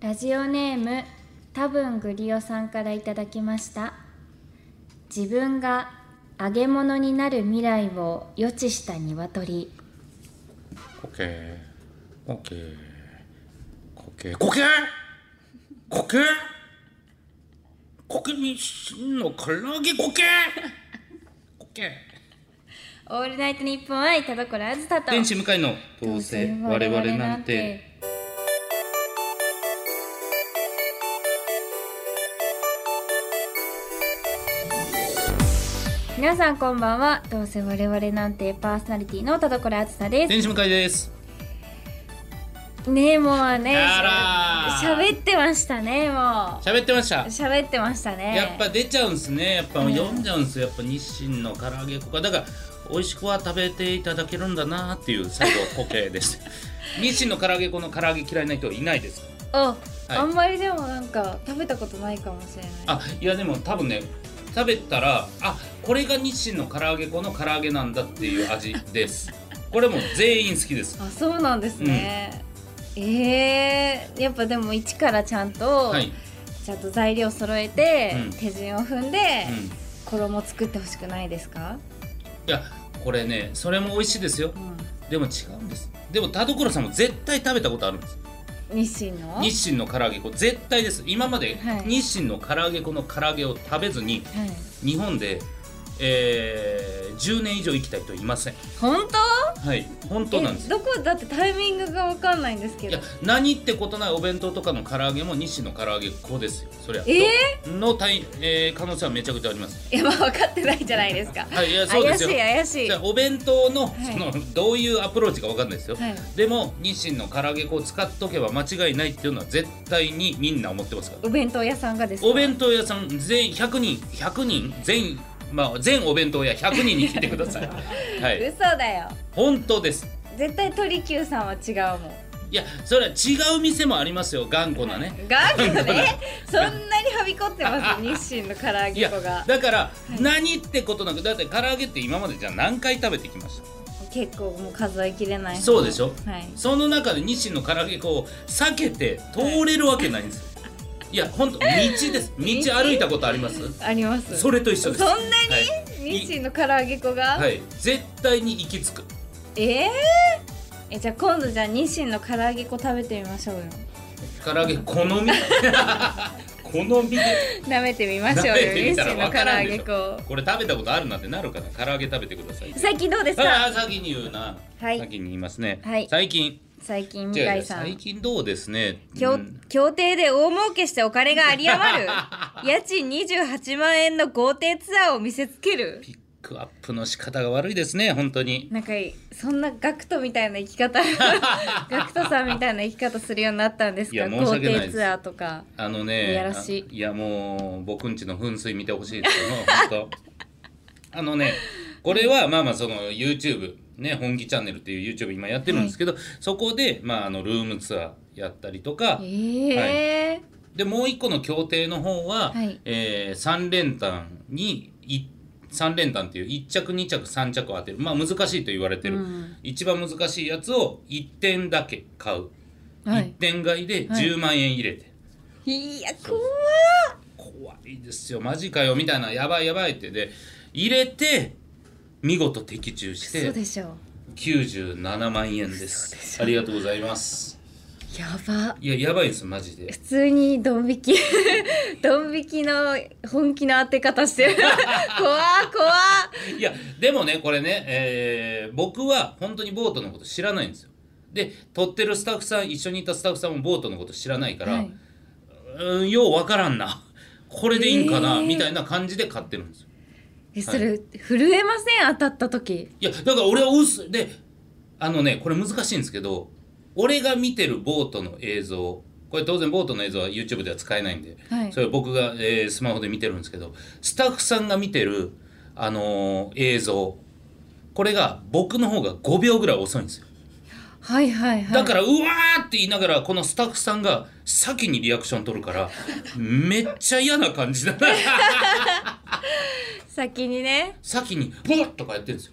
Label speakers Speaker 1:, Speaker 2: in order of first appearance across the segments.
Speaker 1: ラジオネーム多分グリオさんからいただきました自分が揚げ物になる未来を予知した鶏
Speaker 2: コケコケコケコケコケコケにしんの唐揚げコケコ ケ
Speaker 1: オールナイトニッポン愛田所あずたと
Speaker 2: 天使向かいのどうせ我々なんて
Speaker 1: 皆さんこんばんはどうせ我々なんてパーソナリティの田所あずさで
Speaker 2: 天使向かいです
Speaker 1: すねえもうね
Speaker 2: あらー
Speaker 1: 喋ってましたねも
Speaker 2: 喋ってました
Speaker 1: う喋ってましたね
Speaker 2: やっぱ出ちゃうんすねやっぱ読んじゃうんすよやっぱ日清の唐揚げコケだから美味しくは食べていただけるんだなっていう最後コケです 日清の唐揚げ粉の唐揚げ嫌いな人はいないです
Speaker 1: お、
Speaker 2: い
Speaker 1: あんまりでもなんか食べたことないかもしれない
Speaker 2: あいやでも多分ね食べたらあこれが日清の唐揚げ粉の唐揚げなんだってい う味ですこれもう全員好きです
Speaker 1: あそうなんですね、えー、やっぱでも一からちゃんと、
Speaker 2: はい、
Speaker 1: ちゃんと材料揃えて、
Speaker 2: うん
Speaker 1: 手順を踏んで、
Speaker 2: うん、い
Speaker 1: 衣作ってほしくないですか、
Speaker 2: やこれねそれも美味しいですよ
Speaker 1: う
Speaker 2: でも違うんですでも田所さんも絶対食べたことあるんです
Speaker 1: ん、日清の
Speaker 2: 日清の唐揚げ粉絶対です今まで
Speaker 1: はい
Speaker 2: 日清の唐揚げ粉の唐揚げを食べずに
Speaker 1: はい、
Speaker 2: 日本で、えー10年以上生きた人いません
Speaker 1: 本当
Speaker 2: はい本当なんです
Speaker 1: えどこだってタイミングがわかんないんですけ
Speaker 2: い
Speaker 1: ど
Speaker 2: や何ってことないお弁当とかの唐揚げも日清の唐揚げ粉ですよそりゃ
Speaker 1: え
Speaker 2: の体、えー可能性はめちゃくちゃあります
Speaker 1: いやまあ分かってないじゃないですか
Speaker 2: はいいやそうで
Speaker 1: 怪
Speaker 2: す
Speaker 1: し
Speaker 2: よ
Speaker 1: い怪しい
Speaker 2: じゃあお弁当の,、
Speaker 1: はい
Speaker 2: そのどういうアプローチか分かんないですよ、
Speaker 1: はい
Speaker 2: でも日清の唐揚げ粉を使っとけば間違いないっていうのは絶対にみんな思ってますから
Speaker 1: お弁当屋さんがですか
Speaker 2: お弁当屋さん全100人100人全まあ全お弁当屋100人に聞いてください はい
Speaker 1: 嘘だよ
Speaker 2: 本当です
Speaker 1: 絶対鳥久さんは違うもん
Speaker 2: いやそれは違う店もありますよ頑固なね、
Speaker 1: ガーク ねそんなにはびこってます日清の唐揚
Speaker 2: い
Speaker 1: げ
Speaker 2: や
Speaker 1: 粉が
Speaker 2: だから
Speaker 1: い
Speaker 2: 何ってことなくだって唐揚げって今までじゃあ何回食べてきました
Speaker 1: 結構もう数えきれない
Speaker 2: そうでしょ
Speaker 1: はい
Speaker 2: その中で日清の唐揚げ粉を避けて通れるわけないんですよ、い、やほんと道 です道歩いたことあります
Speaker 1: あります
Speaker 2: それと一
Speaker 1: そん
Speaker 2: 緒です
Speaker 1: なに
Speaker 2: はい
Speaker 1: 日清の唐揚げ粉が、
Speaker 2: はい、絶対に行き着く
Speaker 1: えーえじゃあ今度じゃあ日清の唐揚げ粉食べてみましょうよ
Speaker 2: 唐揚げ好 み好みで
Speaker 1: 舐めてみましょうよ
Speaker 2: 食べて
Speaker 1: 日
Speaker 2: みたら
Speaker 1: 清の
Speaker 2: 分
Speaker 1: 唐
Speaker 2: から
Speaker 1: 揚
Speaker 2: んで
Speaker 1: げ
Speaker 2: しょ
Speaker 1: 粉
Speaker 2: これ食べたことあるなってなるから唐揚げ食べてください
Speaker 1: 最近どうです
Speaker 2: あ
Speaker 1: か
Speaker 2: あ先に言うな、
Speaker 1: はい
Speaker 2: 先に言いますね、
Speaker 1: はい
Speaker 2: 最近
Speaker 1: 最近
Speaker 2: 違
Speaker 1: 向
Speaker 2: う違
Speaker 1: 井
Speaker 2: う
Speaker 1: さ
Speaker 2: 最
Speaker 1: ん
Speaker 2: 近どうですね
Speaker 1: 協
Speaker 2: うん
Speaker 1: 協定で大儲けしてお金が有り余る 家賃28万円の豪邸ツアーを見せつける
Speaker 2: ピックアップの仕方が悪いですね本当に
Speaker 1: なんかそんなガクトみたいな生き 方ガクトさんみたいな生き方するようになったんです
Speaker 2: い
Speaker 1: か
Speaker 2: や
Speaker 1: 豪
Speaker 2: 申し訳ない
Speaker 1: 邸
Speaker 2: です
Speaker 1: ツアーとか
Speaker 2: あのね
Speaker 1: いやらしい
Speaker 2: あやもう僕んちの噴水見てほしいですよ本 当あのねこれはまあまあその YouTube ね本気チャンネルっていう YouTube 今やってるんですけど、そこでまああのルームツアーやったりとか
Speaker 1: ええ
Speaker 2: でもう一個の協定の方は、
Speaker 1: はい
Speaker 2: えー、3連単にい三連単っていう1着2着3着を当てるまあ難しいと言われてる、
Speaker 1: うん
Speaker 2: 一番難しいやつを1点だけ買う、一
Speaker 1: はい
Speaker 2: 点買いで
Speaker 1: はい
Speaker 2: 10万円入れて、
Speaker 1: いや怖っ
Speaker 2: 怖いですよマジかよみたいなやばいやばいってで入れて見事的中し
Speaker 1: そう
Speaker 2: て
Speaker 1: でしょう
Speaker 2: 97万円ですありがとうございます
Speaker 1: やば
Speaker 2: いややばいんですマジで
Speaker 1: 普通にドン引き ドン引きの本気の当て方 してる怖っ怖っ
Speaker 2: いやでもねこれね、えー僕は本当にボートのこと知らないんですよで撮ってるスタッフさん一緒にいたスタッフさんもボートのこと知らないから、
Speaker 1: はい、
Speaker 2: うんようわからんなこれでいいんかな、
Speaker 1: えー
Speaker 2: みたいな感じで買ってるんですよ
Speaker 1: えそれ、震えません当たった時
Speaker 2: いやだから俺はうすであのねこれ難しいんですけど俺が見てるボートの映像これ当然ボートの映像は YouTube では使えないんで、
Speaker 1: はい
Speaker 2: それ僕が、えースマホで見てるんですけどスタッフさんが見てる、あのー映像これが僕の方が5秒ぐらい遅いんですよ
Speaker 1: はいはいはい
Speaker 2: だから「うわ!」って言いながらこのスタッフさんが先にリアクション取るからめっちゃ嫌な感 じだな
Speaker 1: 先にね
Speaker 2: 先に「うわっ!」とかやってるんですよ。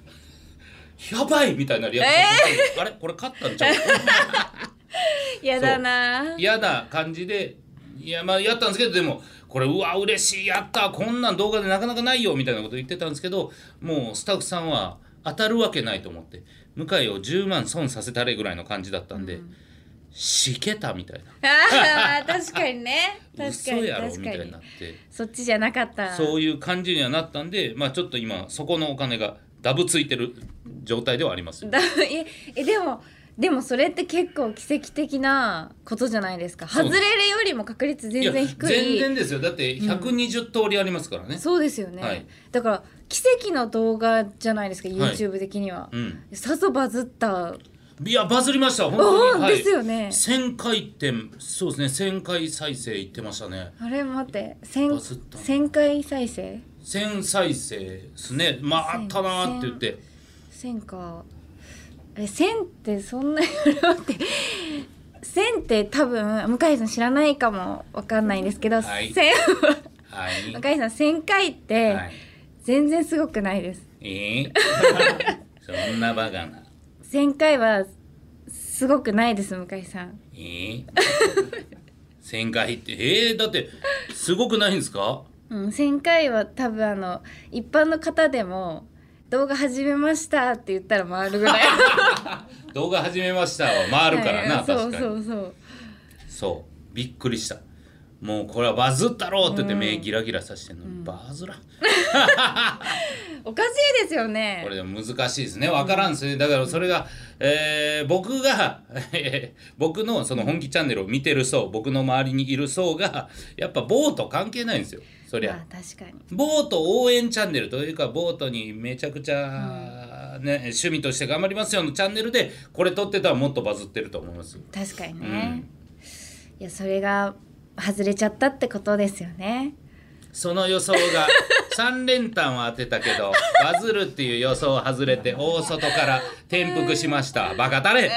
Speaker 2: やばいみたいなリアクション取って、あれこれ勝ったんちゃうそ
Speaker 1: や
Speaker 2: う
Speaker 1: だなぁ
Speaker 2: 嫌な感じでいやまあやったんですけどでもこれうわ嬉しいやったこんなん動画でなかなかないよみたいなこと言ってたんですけどもうスタッフさんは当たるわけないと思って向井を10万損させたれぐらいの感じだったんで、しけたみたいな
Speaker 1: あー 確かにね確
Speaker 2: 嘘
Speaker 1: かに
Speaker 2: やろ
Speaker 1: 確
Speaker 2: み
Speaker 1: か
Speaker 2: たいに
Speaker 1: に
Speaker 2: なって
Speaker 1: そっちじゃなかった
Speaker 2: そういう感じにはなったんでまあちょっと今そこのお金がダブついてる状態ではありますよ
Speaker 1: だええでもでもそれって結構奇跡的なことじゃないですか
Speaker 2: そう
Speaker 1: 外れるよりも確率全然低い
Speaker 2: や全然ですよだって120通りありますからね、
Speaker 1: そうですよね、
Speaker 2: はい
Speaker 1: だから奇跡の動画じゃないですか YouTube 的には、
Speaker 2: うん
Speaker 1: さぞバズった
Speaker 2: いやバズりました本当
Speaker 1: お
Speaker 2: に、
Speaker 1: お、
Speaker 2: はい、
Speaker 1: ですよね
Speaker 2: 1000回ってそうですね1000回再生いってましたね
Speaker 1: あれ待って
Speaker 2: バズったな
Speaker 1: 1000回再生
Speaker 2: 1000再生ですねまああったなーって言って
Speaker 1: 1000かえ1000ってそんな待 って1000って多分向井さん知らないかもわかんないんですけど、
Speaker 2: はい
Speaker 1: 1000
Speaker 2: は
Speaker 1: 向
Speaker 2: い
Speaker 1: 井さん1000回って、
Speaker 2: はい
Speaker 1: 全然すごくないです
Speaker 2: えーそんなバカな
Speaker 1: 前回はすごくないです向井さん
Speaker 2: えー1000回ってえー、だってすごくないんですか
Speaker 1: うん1000回は多分あの一般の方でも動画始めましたって言ったら回るぐ らい
Speaker 2: 動画始めましたは回るからな、
Speaker 1: はい
Speaker 2: 確かに
Speaker 1: そうそうそう
Speaker 2: そうびっくりしたもうこれはバズったろうって言って目ギラギラさしてんのに、バズらん
Speaker 1: おかしいですよね
Speaker 2: これでも難しいですね分からんですね、だからそれが、えー僕が、 えー僕のその本気チャンネルを見てる層僕の周りにいる層がやっぱボート関係ないんですよそりゃ、
Speaker 1: まあ確かに
Speaker 2: ボート応援チャンネルというかボートにめちゃくちゃ、ね趣味として頑張りますよのチャンネルでこれ撮ってたらもっとバズってると思います
Speaker 1: 確かにね、いやそれが外れちゃったってことですよね
Speaker 2: その予 想が3連単は当てたけどバズるっていう予想を外れて大外から転覆しましたバカ たれ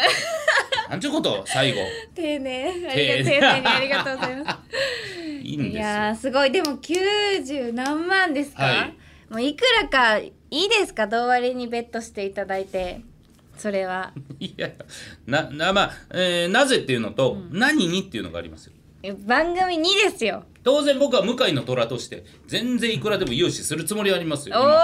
Speaker 2: なんちゅうこと最後
Speaker 1: 丁寧あ
Speaker 2: り
Speaker 1: りが
Speaker 2: が丁寧
Speaker 1: 丁寧にありが とうございます
Speaker 2: いいん
Speaker 1: い
Speaker 2: ですよ
Speaker 1: やーすごいでも90何万ですか、
Speaker 2: はい
Speaker 1: もういくらかいいですか同割にベットしていただいてそれは
Speaker 2: いやいやななまあ、えーなぜっていうのと、何にっていうのがありますよ
Speaker 1: え番組2ですよ
Speaker 2: 当然僕は向井の虎として全然いくらでも融資するつもりはあります
Speaker 1: お
Speaker 2: よ
Speaker 1: お
Speaker 2: 今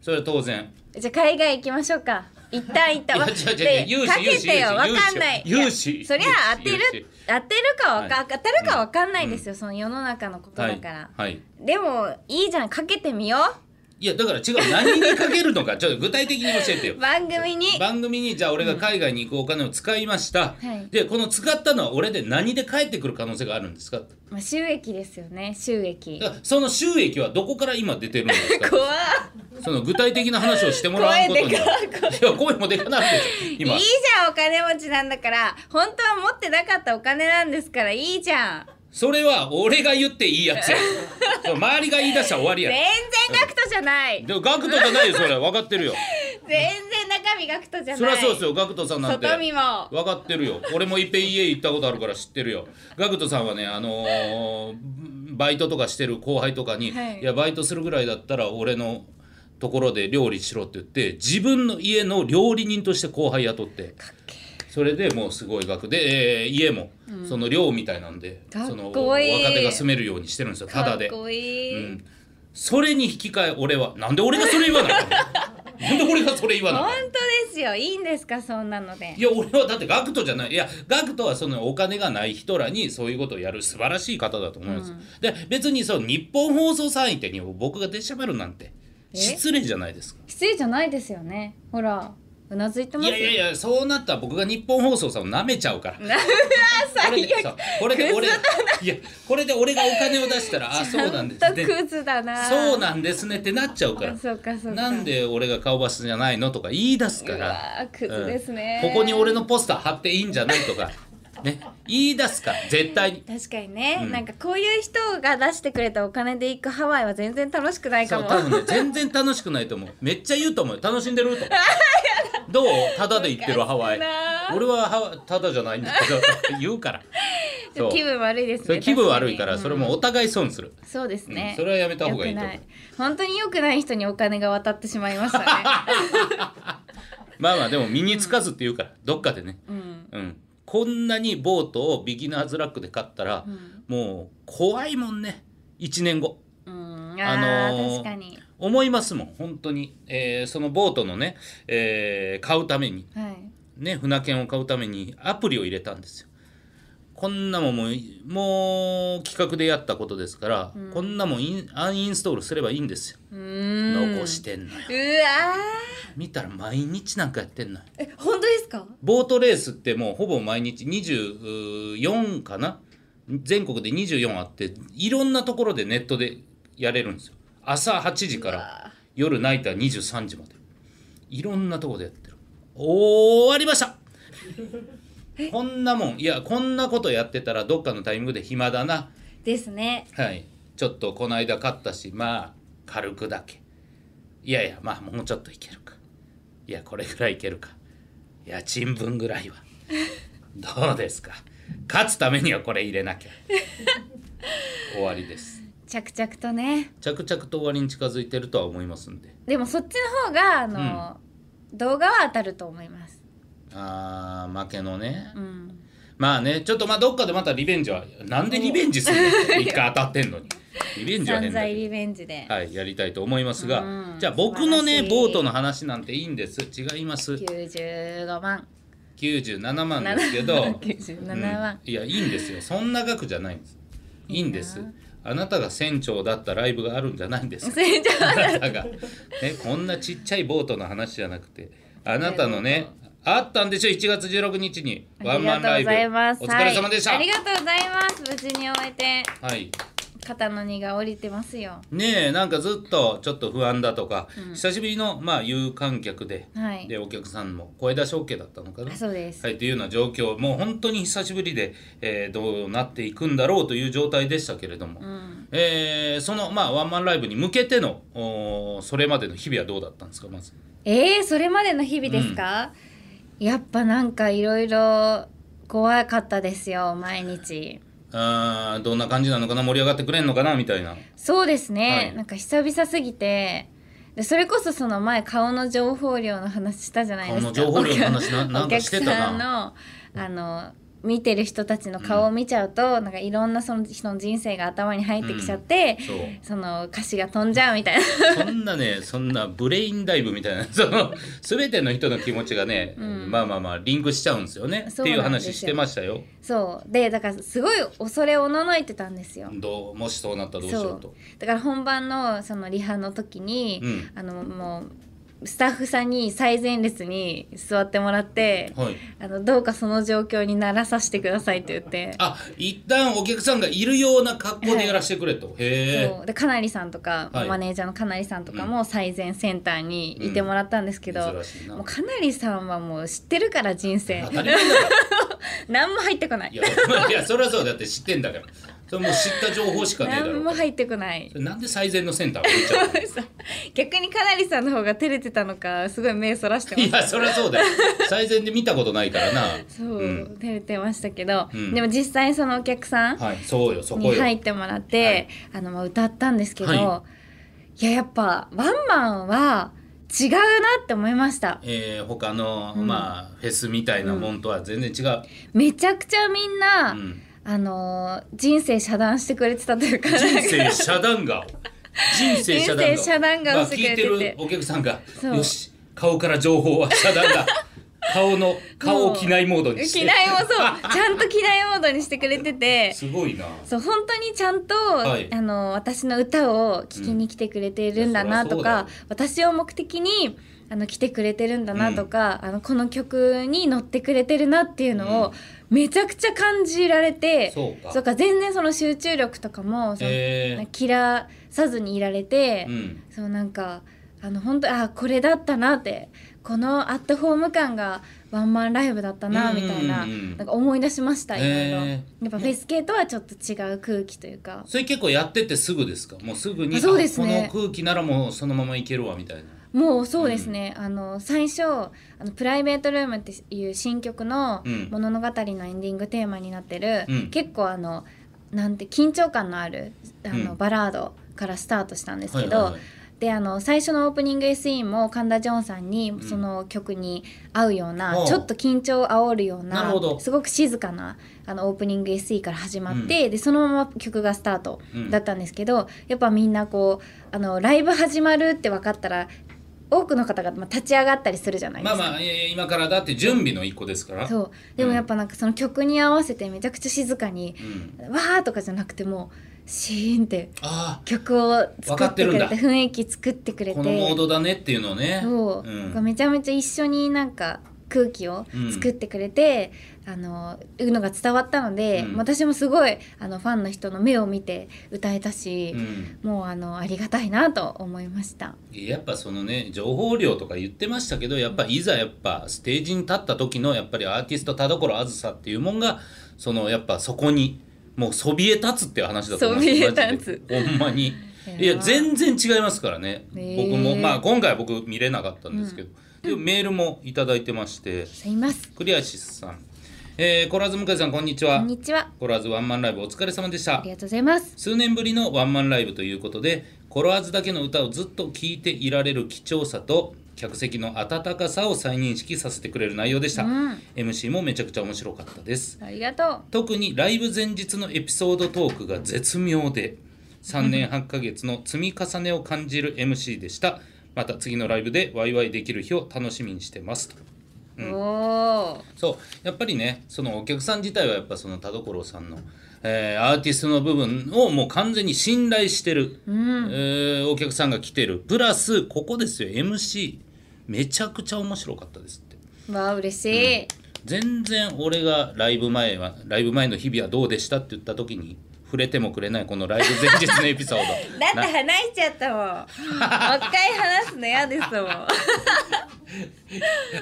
Speaker 2: それは当然
Speaker 1: じゃあ海外行きましょうか一旦一旦
Speaker 2: いや違う違う違う
Speaker 1: でかけてよわ
Speaker 2: 融資
Speaker 1: かんない
Speaker 2: 融資
Speaker 1: いやそりゃ当てる
Speaker 2: 融資
Speaker 1: 当てるかわか、
Speaker 2: は
Speaker 1: 当たるかわかんないですよ、その世の中のこと
Speaker 2: は
Speaker 1: だ
Speaker 2: い
Speaker 1: から、
Speaker 2: はい
Speaker 1: でもいいじゃんかけてみよ
Speaker 2: いやだから違う何にかけるのかちょっと具体的に教えてよ
Speaker 1: う 番組に
Speaker 2: 番組にじゃあ俺が海外に行くお金を使いました、
Speaker 1: はい
Speaker 2: でこの使ったのは俺で何で返ってくる可能性があるんですかだ
Speaker 1: まあ、収益ですよね収益
Speaker 2: からその収益はどこから今出てるん ですか
Speaker 1: 怖っ
Speaker 2: その具体的な話をしてもらうこと
Speaker 1: 声
Speaker 2: に
Speaker 1: でか
Speaker 2: いや声もでかなって今
Speaker 1: いいじゃんお金持ちなんだから本当は持ってなかったお金なんですからいいじゃん
Speaker 2: それは俺が言っていいや つやそう周りが言い出したら終わりや
Speaker 1: 全然ガクトじゃない
Speaker 2: でもガクトじゃないよそれは分かってるよ
Speaker 1: 全然中身ガクトじゃない
Speaker 2: そりゃそうですよガクトさんなんて
Speaker 1: 外見も
Speaker 2: 分かってるよ俺もいっぺん家行ったことあるから知ってるよガクトさんはねあのーバイトとかしてる後輩とかに、
Speaker 1: はい
Speaker 2: いやバイトするぐらいだったら俺のところで料理しろって言って自分の家の料理人として後輩雇ってそれでもうすごい額で、えー家もその寮みたいなんで、
Speaker 1: かっこいい
Speaker 2: その若手が住めるようにしてるんですよただで
Speaker 1: かっこいい、
Speaker 2: うん、それに引き換え俺はなんで俺がそれ言わなあかったのなんで俺がそれ言わなあか
Speaker 1: 本
Speaker 2: ったの
Speaker 1: 当ですよいいんですかそんなので
Speaker 2: いや俺はだってガクトじゃないいやガクトはそのお金がない人らにそういうことをやる素晴らしい方だと思います、で別にその日本放送相手に僕が出しゃべるなんて
Speaker 1: え
Speaker 2: 失礼じゃないですか
Speaker 1: 失礼じゃないですよねほらうなずいてま
Speaker 2: い
Speaker 1: すよ
Speaker 2: やいやいやそうなったら僕が日本放送さんを舐めちゃうから
Speaker 1: なうわ
Speaker 2: これ
Speaker 1: 最悪
Speaker 2: でそうこれで俺いやこれで俺がお金を出したらあそうなんです
Speaker 1: 本
Speaker 2: ね
Speaker 1: 当クズだな
Speaker 2: そうなんですねってなっちゃうから
Speaker 1: そうかそうか
Speaker 2: なんで俺が顔バスじゃないのとか言い出すか
Speaker 1: う
Speaker 2: ら
Speaker 1: わクズですね、
Speaker 2: ここに俺のポスター貼っていいんじゃない とか、ね、言い出すから絶対に。
Speaker 1: 確かにね、
Speaker 2: うん
Speaker 1: なんかこういう人が出してくれたお金で行くハワイは全然楽しくないか
Speaker 2: そう
Speaker 1: も
Speaker 2: 多分ね全然楽しくないと思うめっちゃ言うと思うよ楽しんで ると思うどうタダで行ってるハワイ
Speaker 1: おかしいな
Speaker 2: 俺はハワイタダじゃないんだけど 言うからそ う
Speaker 1: 気分悪いですね
Speaker 2: それ気分悪い
Speaker 1: 確
Speaker 2: か
Speaker 1: に
Speaker 2: ら
Speaker 1: うん
Speaker 2: それもうお互い損する、
Speaker 1: そうですね、
Speaker 2: うんそれはやめた方がいいと思う
Speaker 1: 良くな本当に良くない人にお金が渡ってしまいま したね
Speaker 2: まあまあでも身につかずって言うからどっかでね
Speaker 1: うん
Speaker 2: うんこんなにボートをビギナーズラックで買ったら、もう怖いもんね1年後
Speaker 1: うん、
Speaker 2: あ
Speaker 1: あー、
Speaker 2: のー
Speaker 1: 確かに。
Speaker 2: 思いますもん本当に、えーそのボートのね、えー買うために
Speaker 1: はい。
Speaker 2: ね、船券を買うためにアプリを入れたんですよ。こんなもんもうもう企画でやったことですから、こんなもんインアンインストールすればいいんですよ。
Speaker 1: うーん。
Speaker 2: 残してんのよ。
Speaker 1: うわ
Speaker 2: 見たら毎日なんかやってんのよ。
Speaker 1: ー。え、本当ですか。
Speaker 2: ボートレースってもうほぼ毎日24かな全国で24あっていろんなところでネットでやれるんですよ。朝8時から夜ナイター23時までいろんなところでやってる。終わりましたこんなもんいやこんなことやってたらどっかのタイミングで暇だな
Speaker 1: ですね。
Speaker 2: はいちょっとこの間買ったしまあ軽くだけいやいやまあもうちょっといけるかいやこれぐらいいけるか家賃分ぐら いはどうですか勝つためにはこれ入れ なきゃ終わりです
Speaker 1: 着々とね。
Speaker 2: 着々と終わりに近づいてるとは思いますんで
Speaker 1: でも、そっちの方が、あの、動画は当たると思います。
Speaker 2: あー負けのね
Speaker 1: うん。
Speaker 2: まあねちょっとまあどっかでまたリベンジはなんでリベンジする の一回当たってんのにリベンジは
Speaker 1: 散
Speaker 2: 変
Speaker 1: 々
Speaker 2: だけど
Speaker 1: リベンジで。
Speaker 2: はい、やりたいと思いますが、
Speaker 1: うん
Speaker 2: じゃあ僕のね
Speaker 1: 素晴らしい
Speaker 2: ボートの話なんていいんです違います
Speaker 1: 九十五万。
Speaker 2: 97万ですけど
Speaker 1: 九十
Speaker 2: う
Speaker 1: 七
Speaker 2: ん
Speaker 1: 万。
Speaker 2: いやいいんですよそんな額じゃないんですいいんです
Speaker 1: いいな
Speaker 2: あなたが船長だったライブがあるんじゃな いんです
Speaker 1: 船長
Speaker 2: あなたが、ね、こんなちっちゃいボートの話じゃなくてあなたのねあったんでしょ1月16日にワンマンライブ
Speaker 1: ありがと
Speaker 2: お
Speaker 1: うございます
Speaker 2: 疲れ様でした、
Speaker 1: はいありがとうございます。無事に終えて、
Speaker 2: はい
Speaker 1: 肩の荷が下りてますよ。
Speaker 2: ねえなんかずっとちょっと不安だとか、久しぶりのまあ有観客で、
Speaker 1: はい
Speaker 2: でお客さんも声出し OK だったのかな
Speaker 1: あそうです
Speaker 2: はい、というような状況もう本当に久しぶりで、えーどうなっていくんだろうという状態でしたけれども、えーその、まあ、ワンマンライブに向けてのおーそれまでの日々はどうだったんですかまず。
Speaker 1: えー、それまでの日々ですか、やっぱなんかいろいろ怖かったですよ毎日
Speaker 2: あーどんな感じなのかな盛り上がってくれんのかなみたいな。
Speaker 1: そうですね、
Speaker 2: はい
Speaker 1: なんか久々すぎてでそれこそその前顔の情報量の話したじゃないですか
Speaker 2: 顔の情報量の話な
Speaker 1: お客
Speaker 2: なんかしてた
Speaker 1: お
Speaker 2: な
Speaker 1: 客さんのあの見てる人たちの顔を見ちゃうと、なんかいろんなその人の人生が頭に入ってきちゃって、
Speaker 2: そう
Speaker 1: その歌詞が飛んじゃうみたいな
Speaker 2: そんなね、そんなブレインダイブみたいな、 その、すべての人の気持ちがね、まあまあまあ、リンクしちゃうんですよね。って
Speaker 1: そう
Speaker 2: いう
Speaker 1: なんですよ
Speaker 2: 話してましたよ。
Speaker 1: そうでだからすごい恐れおののいてたんですよ、
Speaker 2: どう、もしそうなったらどうし
Speaker 1: そ
Speaker 2: よう
Speaker 1: う
Speaker 2: と。
Speaker 1: だから本番のそのリハの時に、
Speaker 2: うん
Speaker 1: あのもうスタッフさんに最前列に座ってもらって、
Speaker 2: はい。
Speaker 1: あのどうかその状況にならさせてくださいって言って。
Speaker 2: あ、一旦お客さんがいるような格好でやらせてくれと。へ
Speaker 1: そうでかなりさんとか、
Speaker 2: はい
Speaker 1: マネージャーのかなりさんとかも最前センターにいてもらったんですけど、
Speaker 2: うん珍しいな
Speaker 1: もうかなりさんはもう知ってるから人
Speaker 2: え。
Speaker 1: 生
Speaker 2: 当たり前だから。
Speaker 1: 何も入ってこない
Speaker 2: いや、いやそれはそうだって知ってんだから。それもう知った情報しかねえだ
Speaker 1: 何
Speaker 2: ろ
Speaker 1: も
Speaker 2: う。
Speaker 1: 入ってこない
Speaker 2: それなんで最善のセンターを置い ちゃうの
Speaker 1: 逆にかなりさんの方が照れてたのかすごい目そらしてまし
Speaker 2: い
Speaker 1: た
Speaker 2: や、そりゃそうだよ。最善で見たことないからな。
Speaker 1: そう、
Speaker 2: ん
Speaker 1: 照れてましたけど、
Speaker 2: うん
Speaker 1: でも実際そのお客さん
Speaker 2: はい、そうよ、そこ
Speaker 1: に
Speaker 2: よ。
Speaker 1: 入ってもらって、あのまあ歌ったんですけど、、
Speaker 2: はい
Speaker 1: ややっぱワンマンは違うなって思いました
Speaker 2: えー、他の、まあフェスみたいなもんとは全然違う、
Speaker 1: めちゃくちゃみんな、
Speaker 2: うん
Speaker 1: あのー人生遮断してくれてたというかなん
Speaker 2: 人
Speaker 1: か
Speaker 2: 生遮断顔人生遮断顔
Speaker 1: 人生遮断顔
Speaker 2: まあ、
Speaker 1: してく
Speaker 2: 聞い
Speaker 1: れ
Speaker 2: て
Speaker 1: てて
Speaker 2: るお客さんが
Speaker 1: そう
Speaker 2: よし顔から情報は遮 断だ顔の顔を機内モードにし て
Speaker 1: 機内もそうちゃんと機内モードにしてくれて て
Speaker 2: すごいな
Speaker 1: そう本当にちゃんと、
Speaker 2: はい
Speaker 1: あの私の歌を聴きに来てくれてるんだなと
Speaker 2: う
Speaker 1: か、
Speaker 2: んいや
Speaker 1: 私を目的にあの来てくれてるんだなとか、あのこの曲に乗ってくれてるなっていうのをめちゃくちゃ感じられて、
Speaker 2: そうか
Speaker 1: か全然その集中力とかもその、
Speaker 2: え
Speaker 1: 嫌さずにいられて、
Speaker 2: ー、うん
Speaker 1: そうなんかあの本当あこれだったなってこのアットホーム感がワンマンライブだったな
Speaker 2: うん
Speaker 1: みたいな,、
Speaker 2: うんうん
Speaker 1: なんか思い出しましたいろいろ、
Speaker 2: へ
Speaker 1: やっぱフェス系とはちょっと違う空気というか
Speaker 2: それ結構やっててすぐですかもうすぐに
Speaker 1: あそうですね
Speaker 2: あこの空気ならもうそのままいけるわみたいな
Speaker 1: もうそうですね、あの最初あの「プライベートルーム」っていう新曲の
Speaker 2: うん
Speaker 1: 物語のエンディングテーマになってる、
Speaker 2: うん
Speaker 1: 結構あのなんて緊張感のあるあの、
Speaker 2: うん
Speaker 1: バラードからスタートしたんですけど、
Speaker 2: はいはいはい
Speaker 1: であの最初のオープニング SE も神田ジョンさんに
Speaker 2: ん
Speaker 1: その曲に合うような、
Speaker 2: おう
Speaker 1: ちょっと緊張を煽るよう
Speaker 2: なる
Speaker 1: な
Speaker 2: ほど
Speaker 1: すごく静かなあのオープニング SE から始まって、でそのまま曲がスタート
Speaker 2: うん
Speaker 1: だったんですけど、やっぱみんなこうあのライブ始まるって分かったら多くの方がまあ立ち上がったりするじゃないで
Speaker 2: ますあ
Speaker 1: か。
Speaker 2: まあいやいや今からだって準備の一個ですから
Speaker 1: そうでもやっぱなんかその曲に合わせてめちゃくちゃ静かに
Speaker 2: うん、
Speaker 1: わーとかじゃなくてもうシーンって
Speaker 2: あ
Speaker 1: 曲を作ってく
Speaker 2: わ
Speaker 1: れ
Speaker 2: かってて
Speaker 1: 雰囲気作ってく
Speaker 2: あ
Speaker 1: れ
Speaker 2: このモー
Speaker 1: て
Speaker 2: ドだねっていうのをね
Speaker 1: そう、
Speaker 2: ん
Speaker 1: めちゃめちゃ一緒になんか空気を作ってくれて、あのいうのが伝わったので、
Speaker 2: うん
Speaker 1: 私もすごいあのファンの人の目を見て歌えたし
Speaker 2: う、ん
Speaker 1: もうあのありがたいなと思いました。
Speaker 2: やっぱそのね情報量とか言ってましたけどやっぱいざやっぱステージに立った時のやっぱりアーティスト田所あずさっていうもんがそのやっぱそこにもうそびえ立つっていう話だと思います
Speaker 1: そびえ立
Speaker 2: マジでほんまに
Speaker 1: い
Speaker 2: い
Speaker 1: や
Speaker 2: や全然違いますからね、
Speaker 1: ね
Speaker 2: 僕もまあ今回は僕見れなかったんですけど、でもメールもいただいてまして
Speaker 1: すいます。
Speaker 2: クリアシスさん、えーコラーズ向井さんこんにちは
Speaker 1: こんにちは。
Speaker 2: コラーズワンマンライブお疲れ様でし
Speaker 1: あ
Speaker 2: た
Speaker 1: りがとうございます。
Speaker 2: 数年ぶりのワンマンライブということでコロワーズだけの歌をずっと聴いていられる貴重さと客席の温かさを再認識させてくれる内容でした、
Speaker 1: うん
Speaker 2: MC もめちゃくちゃ面白かったです
Speaker 1: ありがと
Speaker 2: 特にライブ前日のエピソードトークが絶妙で3年8ヶ月の積み重ねを感じる MC でしたまた次のライブでワイワイできる日を楽しみにしてます
Speaker 1: う。おー
Speaker 2: そうやっぱりねそのお客さん自体はやっぱその田所さんの、えーアーティストの部分をもう完全に信頼してる、えーお客さんが来てるプラスここですよ MC めちゃくちゃ面白かったですって
Speaker 1: わあ嬉しい。
Speaker 2: 全然俺がライブ前はライブ前の日々はどうでしたって言った時に触れてもくれないこのライブ前日のエピソー ド
Speaker 1: だって
Speaker 2: な
Speaker 1: 話しちゃったもん。 もう一回話すの嫌ですもん。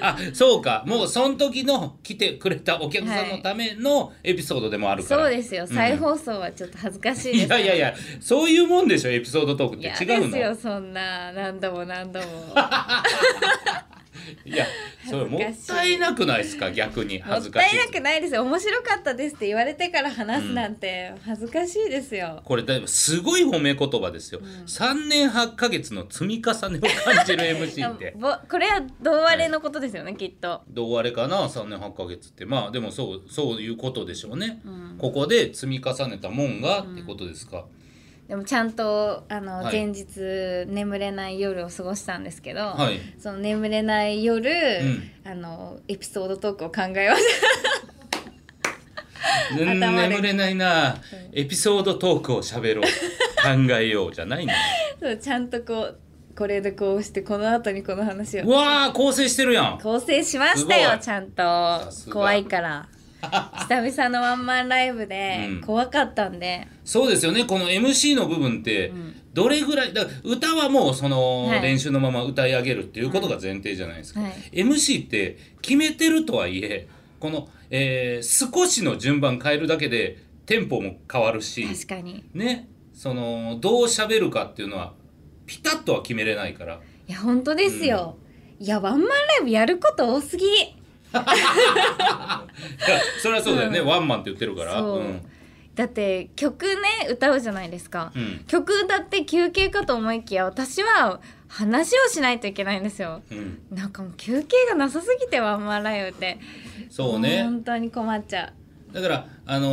Speaker 2: あそうかもうその時の来てくれたお客さんのためのエピソードでもあるから、
Speaker 1: そうですよ。再放送はちょっと恥ずかしいです。
Speaker 2: いやいやいや、そういうもんでしょ、エピソードトークっ
Speaker 1: いや
Speaker 2: て違うの。
Speaker 1: ですよそんな何度も何度も
Speaker 2: いや、それもったいなくないですか、逆に
Speaker 1: も
Speaker 2: 恥
Speaker 1: っ
Speaker 2: ずか
Speaker 1: た
Speaker 2: し
Speaker 1: い
Speaker 2: いで
Speaker 1: な
Speaker 2: す。
Speaker 1: くないですよ面白かったですって言われてから話すなんて恥ずかしいですよ、
Speaker 2: これだいぶすごい褒め言葉ですよ。三年八ヶ月の積み重ねを感じる MC って。
Speaker 1: ぼこれは同割れのことですよね、きっと
Speaker 2: どうあれかな3年8ヶ月ってまあでもそうそういうことでしょうね、ここで積み重ねたもんがってことですか、
Speaker 1: でもちゃんとあの、
Speaker 2: はい
Speaker 1: 前日眠れない夜を過ごしたんですけど、
Speaker 2: はい
Speaker 1: その眠れない夜、
Speaker 2: ん
Speaker 1: あのエピソードトークを考えまし
Speaker 2: うん、
Speaker 1: 頭で
Speaker 2: 眠れないなエピソードトークをしゃべろう 考えようじゃないの
Speaker 1: た そうちゃんとこうこれでこうしてこの後にこの話
Speaker 2: う
Speaker 1: を
Speaker 2: わー構成してるやん
Speaker 1: 構成しましたよ
Speaker 2: すごい
Speaker 1: ちゃん
Speaker 2: す
Speaker 1: と
Speaker 2: が
Speaker 1: 怖いから 久々のワンマンライブで
Speaker 2: うん
Speaker 1: 怖かったんで、
Speaker 2: そうですよねこの MC の部分ってどれぐらいだから歌はもうその
Speaker 1: はい
Speaker 2: 練習のまま歌い上げるっていうことが前提じゃないですか、
Speaker 1: はい
Speaker 2: MC って決めてるとはいえこの、えー少しの順番変えるだけでテンポも変わるし
Speaker 1: 確かに
Speaker 2: ねそのどう喋るかっていうのはピタッとは決めれないから
Speaker 1: いや本当ですよ、いやワンマンライブやること多すぎ
Speaker 2: いやそれはそうだよね、ワンマンって言ってるから
Speaker 1: そう、
Speaker 2: ん
Speaker 1: だって曲ね歌うじゃないですか、
Speaker 2: うん
Speaker 1: 曲歌って休憩かと思いきや私は話をしないといけないんですよ
Speaker 2: うん、
Speaker 1: なんかもう休憩がなさすぎてワンマンライブって
Speaker 2: そうね
Speaker 1: も本当に困っちゃ
Speaker 2: だから、あの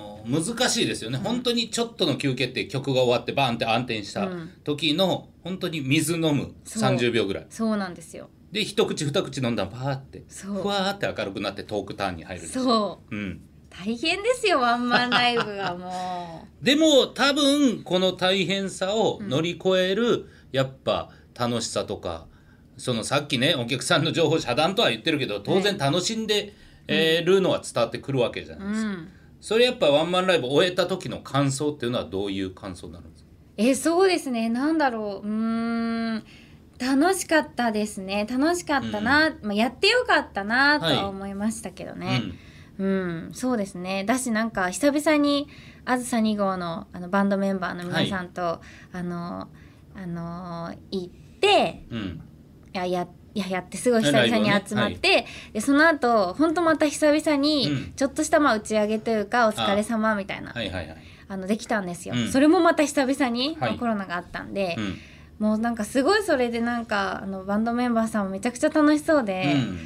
Speaker 2: ー難しいですよね、本当にちょっとの休憩って曲が終わってバーンって暗転した
Speaker 1: うん
Speaker 2: 時の、本当に水飲む
Speaker 1: そう
Speaker 2: 30秒ぐらいう
Speaker 1: そうなんですよ
Speaker 2: で一口二口飲んだらパーって
Speaker 1: そう
Speaker 2: ふわーって明るくなってトークターンに入る
Speaker 1: そう
Speaker 2: う、ん、
Speaker 1: 大変ですよワンマンライブはも、
Speaker 2: でも多分この大変さを乗り越える、やっぱ楽しさとかそのさっきねお客さんの情報遮断とは言ってるけど当然楽しんで、えーるのは伝わってくるわけじゃないう
Speaker 1: う
Speaker 2: ですか。
Speaker 1: ん、
Speaker 2: それやっぱワンマンライブ終えた時の感想っていうのはどういう感想になるんですか
Speaker 1: えそうですねなんだろううーん楽しかったですね楽しかったな、まあ、やってよかったなとは思いましたけどね、うん、そうですねだしなんか久々に「あずさ2号の」あのバンドメンバーの皆さんと、あのあの行って
Speaker 2: うん、うん、
Speaker 1: いややいややってすごい久々に集まって、でその後ほんとまた久々
Speaker 2: うん
Speaker 1: にちょっとしたまあ打ち上げというかお疲れ様みたいなあ、
Speaker 2: はいはいはい、
Speaker 1: のできたんですよ、
Speaker 2: うん
Speaker 1: それもまた久々に、
Speaker 2: はい
Speaker 1: まあコロナがあったんで、
Speaker 2: うん、
Speaker 1: もうなんかすごいそれでなんかあのバンドメンバーさんもめちゃくちゃ楽しそうで、
Speaker 2: うん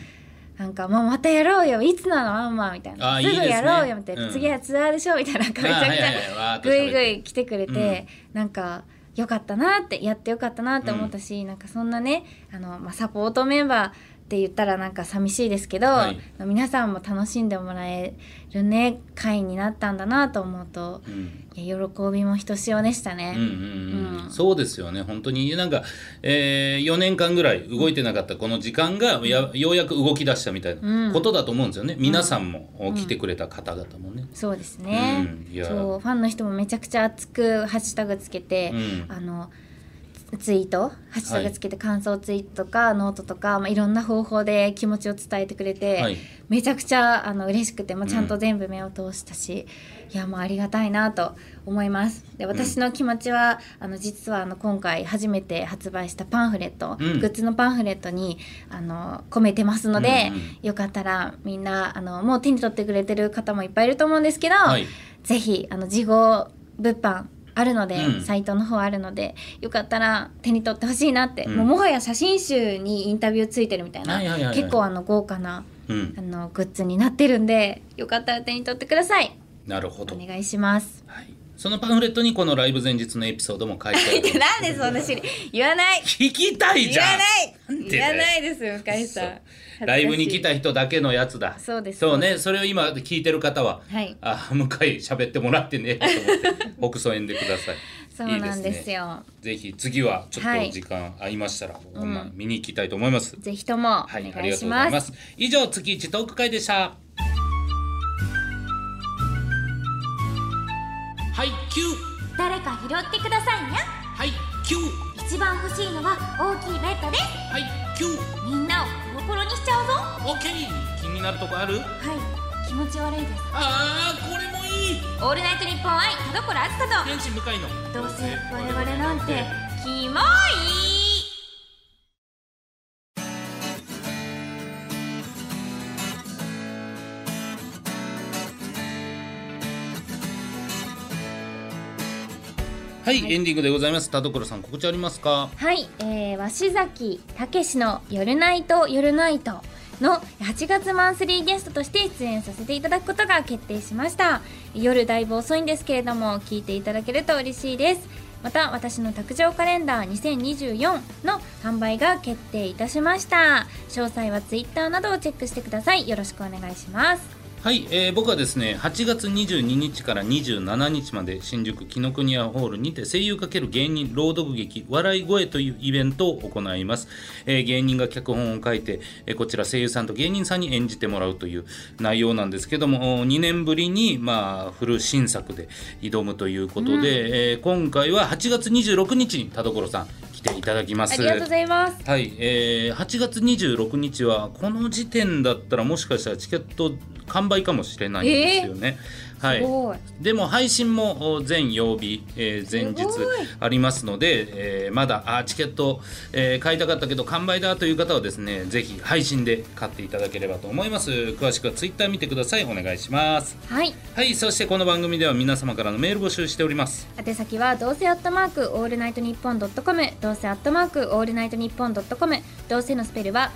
Speaker 1: なんか「もうまたやろうよいつなのあんま」みたい
Speaker 2: あ
Speaker 1: な「
Speaker 2: ー
Speaker 1: すぐ
Speaker 2: いいですね
Speaker 1: やろうよ」みたいな、
Speaker 2: うん
Speaker 1: 次はツアーでしょ」みたいななんかめちゃ
Speaker 2: あ
Speaker 1: く
Speaker 2: はい
Speaker 1: ちゃ
Speaker 2: はいはいわーっ
Speaker 1: ぐ
Speaker 2: と喋って
Speaker 1: いぐい来てくれて、なんかよかったなってやってよかったなって思ったし、なんかそんなねあの、まあ、サポートメンバーって言ったらなんか寂しいですけど、
Speaker 2: はい
Speaker 1: 皆さんも楽しんでもらえるね会になったんだなと思うと
Speaker 2: うん
Speaker 1: いや喜びもひとしおでしたね。
Speaker 2: うんうんうん
Speaker 1: うん
Speaker 2: そうですよね本当になんか、えー、4年間ぐらい動いてなかったこの時間がやようやく動き出したみたいなことだと思うんですよね、皆さんもお来てくれた方々もね。
Speaker 1: そうですね、
Speaker 2: うんいや
Speaker 1: そうファンの人もめちゃくちゃ熱くハッシュタグつけて、
Speaker 2: うん
Speaker 1: あのツツイートハッシュタグつけて感想ツイートとか、ノートとか、まあ、いろんな方法で気持ちを伝えてくれて、
Speaker 2: はい
Speaker 1: めちゃくちゃあの嬉しくて、まあ、
Speaker 2: ん
Speaker 1: ちゃんと全部目を通したし、いやもうありがたいなと思いますで私の気持ちは、あの実はあの今回初めて発売したパンフレット、
Speaker 2: うん
Speaker 1: グッズのパンフレットにあの込めてますので、
Speaker 2: うんう
Speaker 1: よかったらみんなあのもう手に取ってくれてる方もいっぱいいると思うんですけど、
Speaker 2: はい
Speaker 1: ぜひあの事後物販あるので、
Speaker 2: うん
Speaker 1: サイトの方あるのでよかったら手に取ってほしいなって、
Speaker 2: うん
Speaker 1: もうもはや写真集にインタビューついてるみたいな、
Speaker 2: はいはいはいはい
Speaker 1: 結構あの豪華な
Speaker 2: うん
Speaker 1: あのグッズになってるんでよかったら手に取ってください
Speaker 2: なるほど
Speaker 1: お、願いします
Speaker 2: はい、そのパンフレットにこのライブ前日のエピソードも書いてあ る
Speaker 1: なんでそんな知り言わない
Speaker 2: 聞きたい
Speaker 1: 言
Speaker 2: じゃ
Speaker 1: わ
Speaker 2: ん
Speaker 1: ない
Speaker 2: んで
Speaker 1: 言わないですよ深井さん
Speaker 2: そう
Speaker 1: 恥ずかしい
Speaker 2: ライブに来た人だけのやつだ
Speaker 1: そうです
Speaker 2: そうねそれを今聞いてる方は、
Speaker 1: はい
Speaker 2: あ向井喋ってもらってねと 思って北総園でください
Speaker 1: そうなんですよ
Speaker 2: ね、ぜひ次はちょっ
Speaker 1: はい
Speaker 2: と時間合いましたら、ほんまに見に行きたいと思います、
Speaker 1: ぜひともお
Speaker 2: はいあ
Speaker 1: 願
Speaker 2: り
Speaker 1: い
Speaker 2: が
Speaker 1: し
Speaker 2: とうござ
Speaker 1: ま
Speaker 2: い
Speaker 1: す,、
Speaker 2: ます以上月一トーク会でしたはいキュー
Speaker 3: 誰か拾ってくださいにゃ
Speaker 2: はいキュー
Speaker 3: 一番欲しいのは大きいベッドです
Speaker 2: はいキュー
Speaker 3: みんなをコロコロにしちゃうぞは
Speaker 2: オッケー気になるとこある
Speaker 3: い気持ち悪いです
Speaker 2: あーこれもいい
Speaker 3: オールナイトニッポン愛田所あずさ
Speaker 2: 天使向かいの
Speaker 3: とどうせ我々なんてキモい
Speaker 2: はい、エンディングでございます田所さん告知ありますか
Speaker 1: はい、えー、鷲崎武史の「夜ナイト夜ナイト」の8月マンスリーゲストとして出演させていただくことが決定しました夜だいぶ遅いんですけれども聞いていただけると嬉しいですまた私の卓上カレンダー2024の販売が決定いたしました詳細はツイッターなどをチェックしてくださいよろしくお願いします
Speaker 2: はい、えー僕はですね8月22日から27日まで新宿紀ノ国屋ホールにて声優×芸人朗読劇「笑い声」というイベントを行います、えー芸人が脚本を書いて、えーこちら声優さんと芸人さんに演じてもらうという内容なんですけども2年ぶりに、まあ、フル新作で挑むということで、えー今回は8月26日に田所さん来ていただきま
Speaker 1: あ
Speaker 2: す
Speaker 1: りがとうございます
Speaker 2: はい、えー8月26日はこの時点だったらもしかしたらチケット完売かもしれないんですよね。
Speaker 1: す
Speaker 2: はい、
Speaker 1: ごい
Speaker 2: でも配信もお全曜日、えー前日
Speaker 1: すごい
Speaker 2: ありますので、えーまだあーチケット、えー買いたかったけど完売だという方はですねぜひ配信で買っていただければと思います詳しくはツイッター見てくださいお願いします
Speaker 1: はい
Speaker 2: はいそしてこの番組では皆様からのメール募集しております
Speaker 1: 宛先はどうせアットマークオールナイトニッポンドットコムどうせアットマークオールナイトニッポンドットコムどうせのスペルは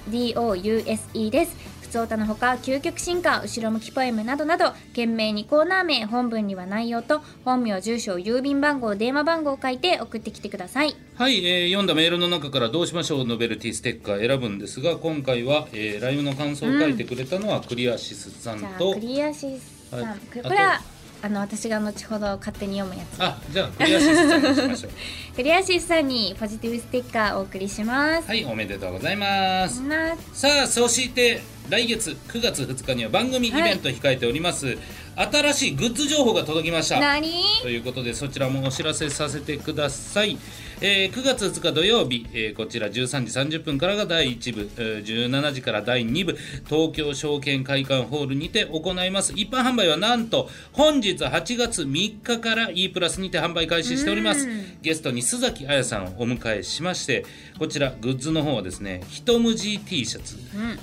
Speaker 1: DOUSE です普通歌のほか究極進化後ろ向きポエムなどなど懸命にコーナー名本文には内容と本名住所郵便番号電話番号を書いて送ってきてください
Speaker 2: はい、えー読んだメールの中からどうしましょうノベルティステッカー選ぶんですが今回は、えーライブの感想を書いてくれたのはクリアシスさん
Speaker 1: じゃあ
Speaker 2: と、
Speaker 1: クリアシスさん、
Speaker 2: は
Speaker 1: こ
Speaker 2: い
Speaker 1: れこれはあの私が後ほど勝手に読むやつ
Speaker 2: あじゃあクリアシスさんにしましょう
Speaker 1: クリアシスさんにポジティブステッカーお送りします、
Speaker 2: はいおめでとうございます、
Speaker 1: みんな
Speaker 2: さあそして来月9月2日には番組イベント控えております、新しいグッズ情報が届きました
Speaker 1: 何
Speaker 2: ということでそちらもお知らせさせてください、えー9月2日土曜日、えーこちら13時30分からが第1部えー17時から第2部東京証券会館ホールにて行います一般販売はなんと本日8月3日から e プラスにて販売開始しておりますゲストに須崎彩さんをお迎えしましてこちらグッズの方はですね一無地 T シャツ、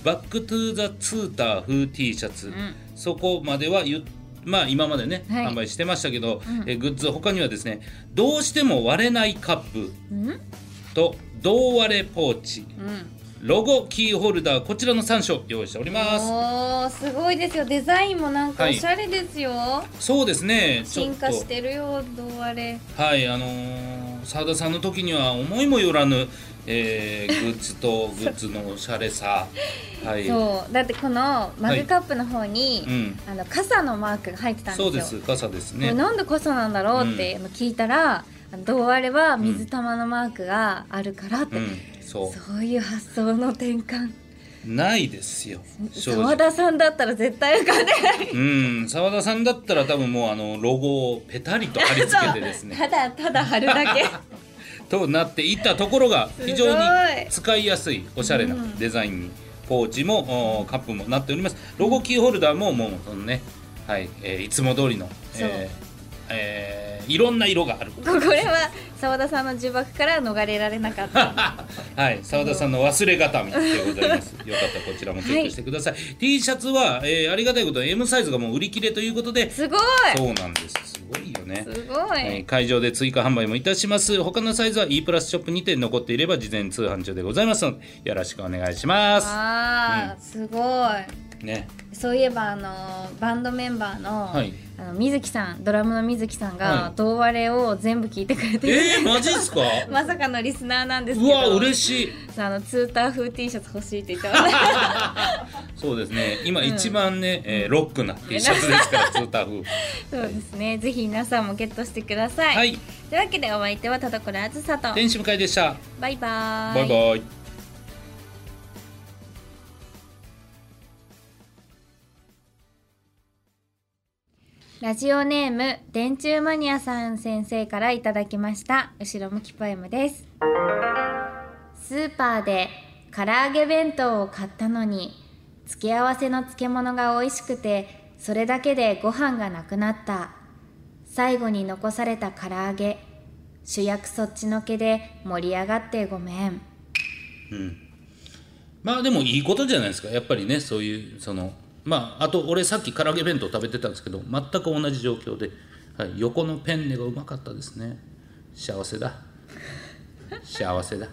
Speaker 2: バックトゥーザツーター風 T シャツ、そこまでは言っまあ今までね、
Speaker 1: はい
Speaker 2: 販売してましたけど、えーグッズ他にはですねどうしても割れないカップ、と胴割れポーチ
Speaker 1: うん、
Speaker 2: ロゴキーホルダーこちらの3種用意しております
Speaker 1: おーすごいですよデザインもなんか
Speaker 2: は
Speaker 1: お
Speaker 2: い
Speaker 1: しゃれですよ、
Speaker 2: そうですねちょ
Speaker 1: 進
Speaker 2: っ
Speaker 1: 化し
Speaker 2: と
Speaker 1: てるよどうあれ
Speaker 2: はいあのー澤田さんの時には思いもよらぬ、えーグッズ とグッズのおしゃれさはい
Speaker 1: そうだってこのマ
Speaker 2: はい
Speaker 1: グカップの方に、
Speaker 2: うん
Speaker 1: あの傘のマークが入ってたんです
Speaker 2: そ
Speaker 1: よ
Speaker 2: うです傘です
Speaker 1: これ
Speaker 2: ね
Speaker 1: なんで傘なんだろうってあの聞いたら、あのどうあれば水玉のマークがあるからって、
Speaker 2: うんそ
Speaker 1: そういう発想の転換
Speaker 2: うないですよ正
Speaker 1: 澤
Speaker 2: 直
Speaker 1: 田さんだったら絶対浮かんでない
Speaker 2: うん澤田さんだったら多分もうあのロゴをペタリと貼り付けて ですね
Speaker 1: ただただ貼るだ け
Speaker 2: となっていったところが
Speaker 1: ごい
Speaker 2: 非常に使いやすいおしゃれなデザインにポーチもおーカップもなっておりますロゴキーホルダーももうそのね、はいえーいつも通りの、えーえーいろんな色がある
Speaker 1: これは澤田さんの呪縛から逃れられなかった
Speaker 2: はい澤田さんの忘れ形見でございます よかったらこちらもチェックしてください、T シャツは、えーありがたいことに M サイズがもう売り切れということです
Speaker 1: ごい
Speaker 2: そうなんですすごいよね
Speaker 1: すごい、
Speaker 2: えー会場で追加販売もいたします他のサイズは E プラスショップにて残っていれば事前通販中でございますのでよろしくお願いします
Speaker 1: あー、すご
Speaker 2: ね
Speaker 1: いそういえばあのバンドメンバーの,、
Speaker 2: はい
Speaker 1: あの水木さんドラムの水木さん
Speaker 2: は
Speaker 1: が「
Speaker 2: い
Speaker 1: どうわれ」を全部聞いてくれて、
Speaker 2: えー、マジっ すか
Speaker 1: まさかのリスナーなんですけ
Speaker 2: う
Speaker 1: ど
Speaker 2: わ嬉しい
Speaker 1: そうあのツーター風 T シャツ欲しいって言ったので
Speaker 2: そうですね今一番ね、えーロックな T シャツですからツータフ
Speaker 1: そうですねぜひ皆さんもゲットしてください、
Speaker 2: はい
Speaker 1: というわけでお相手は田所あずさと
Speaker 2: 天使向かいでした
Speaker 1: バイバー
Speaker 2: バイバイ
Speaker 1: ラジオネーム電柱マニアさん先生からいただきました後ろ向きポエムですスーパーで唐揚げ弁当を買ったのに付け合わせの漬物が美味しくてそれだけでご飯がなくなった最後に残された唐揚げ主役そっちのけで盛り上がってごめん
Speaker 2: まあでもいいことじゃないですかやっぱりねそういうそのまああと俺さっき唐揚げ弁当食べてたんですけど全く同じ状況で、はい、横のペンネがうまかったですね幸せだ幸せだ